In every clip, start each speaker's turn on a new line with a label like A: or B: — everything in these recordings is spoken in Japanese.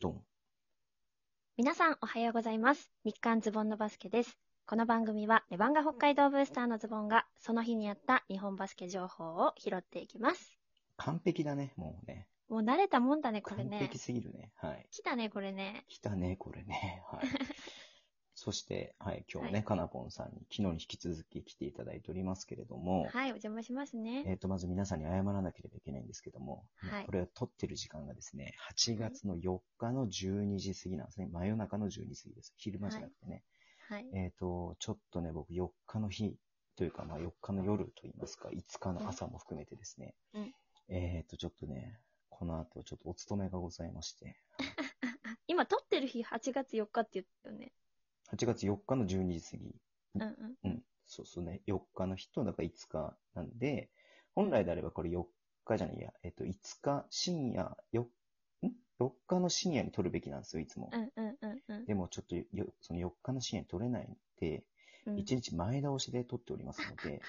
A: どうも。
B: 皆さんおはようございます。日刊ズボンのバスケです。この番組はレバンガ北海道ブースターのズボンがその日にあった日本バスケ情報を拾っていきます。
A: 完璧だね、もうね。
B: もう慣れたもんだね、これ
A: 完
B: ね
A: 璧。すぎるね。はい。
B: 来たね、これね。
A: 来たね、これね。 はい。そして、はい、今日ね、
B: はい
A: かなぽんさんに昨日に引き続き来ていただいておりますけれども、
B: はい、お邪魔します
A: え
B: ね。
A: っ、と、まず皆さんに謝らなければいけないんですけども、
B: はい
A: これを撮ってる時間がですね、8月の4日の12時過ぎなんですね。真夜中の12時過ぎです。昼間じゃなくてね。
B: はい。
A: えっ、と、ちょっとね、僕4日の日というか、まあ4日の夜といいますか、5日の朝も含めてですね、
B: うん
A: えっ、と、ちょっとね、この後ちょっとお勤めがございまして、
B: あ今撮ってる日8月4日って言ったよね。
A: 8月4日の12時過ぎ、
B: うんうん。
A: うん、そうそうね、4日の日と、だから5日なんで、本来であればこれ4日じゃないや、えっ、と、5日深夜、よん ?4 日の深夜に撮るべきなんですよ、いつも。
B: うんうんうんうん
A: でもちょっとよ、その4日の深夜に撮れないんで、
B: うん。
A: 1日前倒しで撮っておりますの で、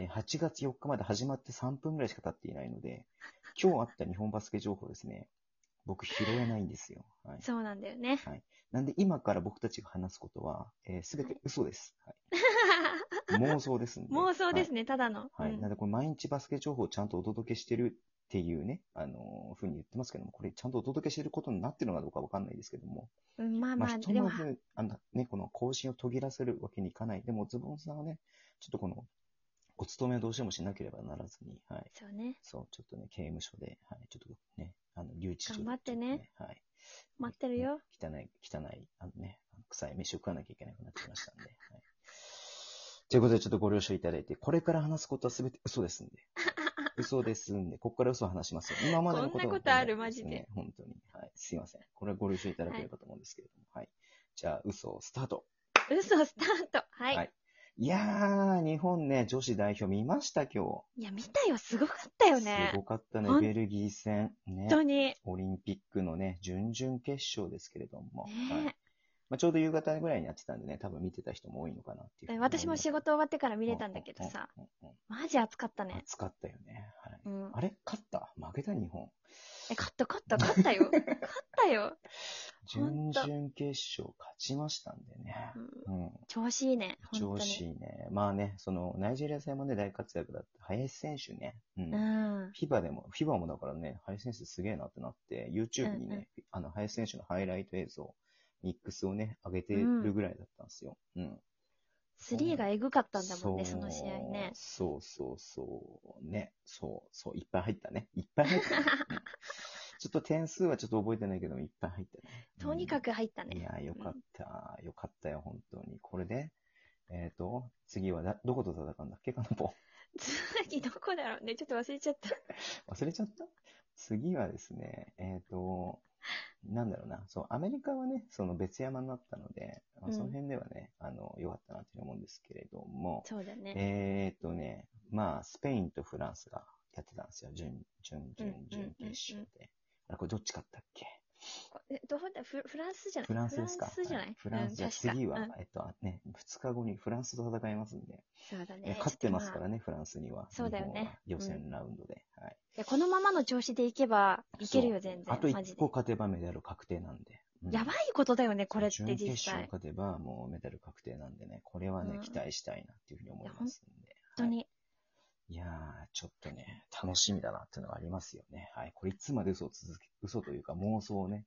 A: えー8月4日まで始まって3分ぐらいしか経っていないので、今日あった日本バスケ情報ですね、僕拾えないんですよ。はい、
B: そうなんだよね。
A: なんで今から僕たちが話すことは、す、べ、全て嘘です、 はい妄想ですんで。
B: 妄想です
A: ね。
B: ね、ただの。
A: はい。
B: うん
A: なんでこれ毎日バスケ情報をちゃんとお届けしてるっていうね、あのーふうに言ってますけども、これちゃんとお届けしてることになってるのかどうかわかんないですけども、
B: うんまあ
A: まあ、
B: まあ、
A: ひと
B: でも
A: ま、ず、あの、ね、この更新を途切らせるわけにいかない。でも、ズボンさんはね、ちょっとこの、お勤めをどうしてもしなければならずに、はい。
B: そうね。
A: そう、ちょっとね、刑務所で、はい。ちょっとね、あの、留置所で
B: 頑張ってね。
A: ちょっとはい。
B: 待ってるよ。
A: 汚い、汚い、あのね、臭い飯を食わなきゃいけなくなっちゃいましたんで、はい。ということで、ちょっとご了承いただいて、これから話すことは全て嘘ですん で。嘘ですんで、ここから嘘を話しますよ。今までのことは
B: こんなことある
A: 本当に
B: マジで
A: ね本当に。はい。すいません。これはご了承いただければと思うんですけれども。はい。じゃあ、嘘をスタート。
B: 嘘スタート。はい。
A: はい
B: い、
A: いやー、日本ね、女子代表見ました、今
B: や、見たよ。すごかったよ
A: 日。
B: ね
A: す。ごかった
B: ほ
A: ね、
B: ん
A: ベルギー戦。ね
B: 本。当に。
A: オリンピックのね、準々決勝ですけれども。はい
B: ね
A: まあ、ちょうど夕方ぐらいにやってたんでね、多分見てた人も多いのかなっていうふう
B: え、
A: に
B: 私も
A: 思います
B: 仕事終わってから見れたんだけどさ、、
A: うんうんうん
B: マジ暑かった
A: うん
B: ね。
A: 暑かったよね。はい
B: うん
A: あ。れ勝った負けた日本。
B: え、勝った勝った勝ったよ。勝ったよ。
A: 準
B: 本当
A: 々決勝勝ちましたんでね。
B: うん
A: うん。
B: 調子いいね。
A: 調
B: 本当
A: 子い
B: に。
A: いね。まあね、その、ナイジェリア戦もね、大活躍だった。林選手ね。う。
B: うんん。
A: フィバでも、フィバもだからね、林選手すげえなってなって、YouTube にね、
B: うんう
A: あの、林選手のハイライト映像、ミックスをね、上げてるぐらいだったんですよ。うん
B: スリーがエグかったんだもんね、その試合ね。
A: そうそうそう。ね。そうそう。いっぱい入ったね。いっぱい入った、ね。う んちょっと点数はちょっと覚えてないけども、いっぱい入ったね。
B: とにかく入った
A: うん、い
B: ね。
A: や、よかった。よかったよ、本当に。これで、えっ、と、次はだ、どこと戦うんだっけ かな、ぽ
B: 次どこだろうね。ちょっと忘れちゃった。
A: 忘れちゃった次はですね、えっ、と、なんだろうな、そう、アメリカはね、その別山になったので、まあその辺ではね、あの、良かったなと思うんですけれども、
B: そうだね。
A: えーっとね、まあ、スペインとフランスがやってたんですよ。準、準、準
B: うんうん、
A: 準決勝で。あれ、これどっち勝ったっけ
B: え、どこだフフランスじゃない
A: フランスですか
B: フランスじゃない
A: フランスじゃ、
B: うん確か
A: 次は、
B: うん
A: えっと、あね、2日後にフランスと戦いますんで、
B: そうだ
A: え
B: ね。
A: 勝ってますか
B: ちょと
A: ら
B: あ
A: ね、フランスには。
B: そうだよね
A: 日本は予選ラウンドで。はい。
B: いやこのままの調子でいけば、いける
A: そ
B: よ、
A: う
B: 全然。
A: あと
B: マ
A: 1
B: ジで
A: 個。勝てばメダル確定なんで。うん
B: やばいことだよね、これっ
A: そう
B: て
A: 準
B: 実
A: 決勝
B: 際。
A: 勝てば、もうメダル確定なんでね、これはね、
B: うん
A: 期待したいなっていうふうに思いますんで。
B: 本当に。
A: いやー、ちょっとね、楽しみだなっていうのがありますよね。はい。これいつまで嘘を続け、嘘というか妄想をね、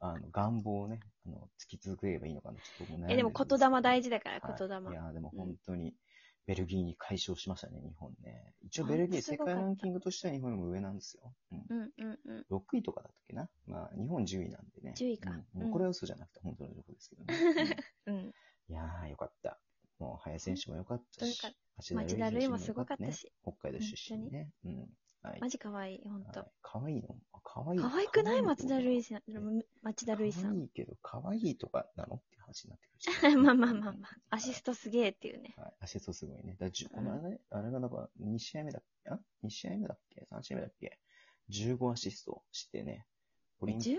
A: あの、願望をね、あの、突き続ければいいのかな。ちょっと僕悩ん
B: え、でも言霊大
A: 事
B: 事だから、言霊。
A: いやー、でも
B: うん
A: 本当に、ベルギーに快勝しましたね、日本ね。一応
B: ほんと
A: ベルギー、
B: す
A: 世
B: ごかっ
A: 界
B: た
A: ランキングとしては日本よりも上なんですよ。うん。
B: うんうんうん。
A: 6位とかだったっけな。まあ、日本10位なんでね。
B: 10位か
A: うん
B: うん
A: これは嘘じゃなくて本当の情報ですけ どね。
B: うん。
A: うんいやー、よかった。もう、林選手もよかったし
B: ほんと
A: 町
B: よ、町
A: 田瑠
B: 田瑠
A: 唯
B: 唯
A: も
B: も
A: す
B: す
A: ご
B: ご
A: か
B: か
A: っ
B: ったた
A: し
B: し、
A: 北海道出身ね。うん。はい。
B: マジ可愛い、ほんと。
A: 可愛いの可愛い。
B: 可愛くない松田
A: い
B: 瑠衣さん。町田瑠唯さ
A: 可
B: ん。
A: 愛いけど、可愛いとかなのって話になってくるし。
B: まあまあまあまあ。アシストすげえっていうね。
A: ト。はい、アシストすごいね。だからじゅ
B: うん
A: この間ね、あれがなんか2試合目だっけあ ?2 試合目だっけ ?3 試合目だっけ ?15 アシストしてね。オ
B: 15ア
A: ン
B: シ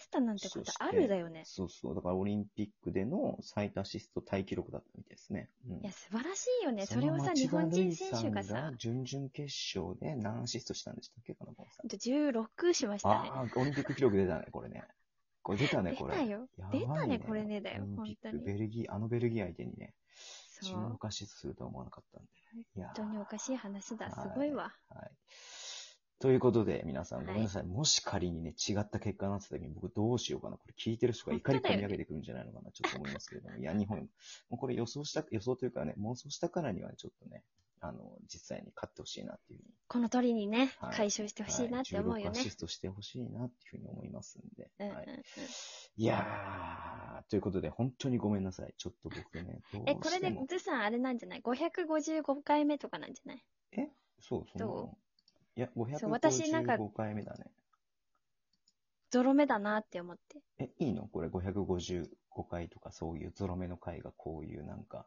B: ストなんてことあるだよね。
A: そうそう。だからオリンピックでの最多アシストタイ記録だったみたいですね。うん
B: いや、素晴らしいよね。それをさ、日本人選手がさ、、
A: 準々決勝で何アシストしたんでしたっけ、かな、このさん
B: ほんと16しましたね。
A: ああ、オリンピック記録出たね、これね。これ出たね、
B: 出
A: これ。
B: たよ。
A: やばい
B: 出たね、これねだよ、
A: オ
B: 本
A: リンピ
B: 当
A: ック
B: に。
A: ベルギー、あのベルギー相手にね、自
B: そ
A: 分
B: う
A: が。過失するとは思わなかったんで。いやー
B: 本当におかしい話だ。
A: はい
B: すごいわ。
A: はい。ということで、皆さん、
B: はい
A: ごめんなさい。もし仮にね、違った結果になった時に、僕どうしようかな。これ聞いてる人が怒り
B: 本当だ
A: 込
B: よ
A: み
B: ね
A: 上げてくるんじゃないのかな、ちょっと思いますけれども。いや、日本、もうこれ予想した、予想というかね、妄想したからには、ちょっとね、あの、実際に勝ってほしいなっていうふうに。
B: この鳥にね、
A: はい
B: 解消してほしいなって思うよ
A: はい16アシ
B: ね。
A: ストしてほしいなっていうふうに思いますんで。
B: うんうん
A: は
B: う
A: い、
B: ん
A: いやー、ということで、本当にごめんなさい。ちょっと僕ね、どうして
B: え、
A: も。
B: これで、ずさんあれなんじゃない ?555 回目とかなんじゃない
A: そう、そんなの
B: ど
A: いや、
B: そう私なんか
A: 555回目だね。
B: ゾロ目だなって思って。
A: え、いいのこれ555回とかそういうゾロ目の回がこういうなんか、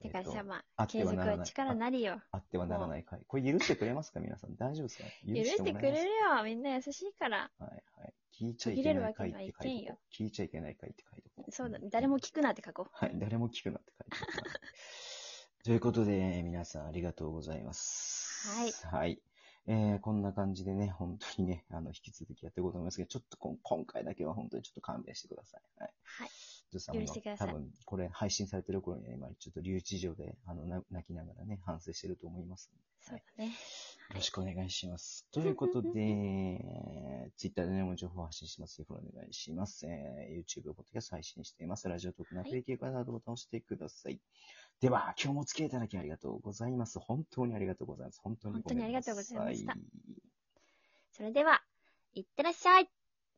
B: てか
A: えっと
B: さ、ま
A: あ
B: あ、
A: って
B: 継
A: は
B: 続
A: なら
B: は
A: ない
B: 力なりよ。
A: あってはならない回。これ許してくれますか 皆さん。大丈夫ですか許
B: 許して
A: も
B: く
A: らえま
B: れる
A: す
B: よ。みんな優しいから。
A: はいはい。聞いちゃいけない回って書
B: 途切れるわけにはいけん
A: いて
B: よ
A: 聞いちゃいけない回って書いてこ
B: そうだ、誰も聞くなって書こう。
A: はい、誰も聞くなって書いて ます。ということで、皆さんありがとうございます。はい。えー、こんな感じでね、本当にね、あの、引き続きやっていこうと思いますけど、ちょっとこん今回だけは本当にちょっと勘弁してください。はい。
B: はい。
A: ジョーさんも
B: 許してください
A: 多分、これ配信されてる頃には今、ちょっと留置場で、あの、な泣きながらね、反省してると思いますんで。
B: そうだね。
A: よろしくお願いします。ということで、 ツイッターでね、もう情報を発信します。フォローお願いします。えー YouTube、ポッドキャスト配信しています。ラジオトークのアプリ系からなどボタンを押してください。では、今日もお付き合いいただきありがとうございます。本当にありがとうございます。本当にごめんなさ
B: 本当にありがとうございました
A: い
B: それでは、いってらっしゃい。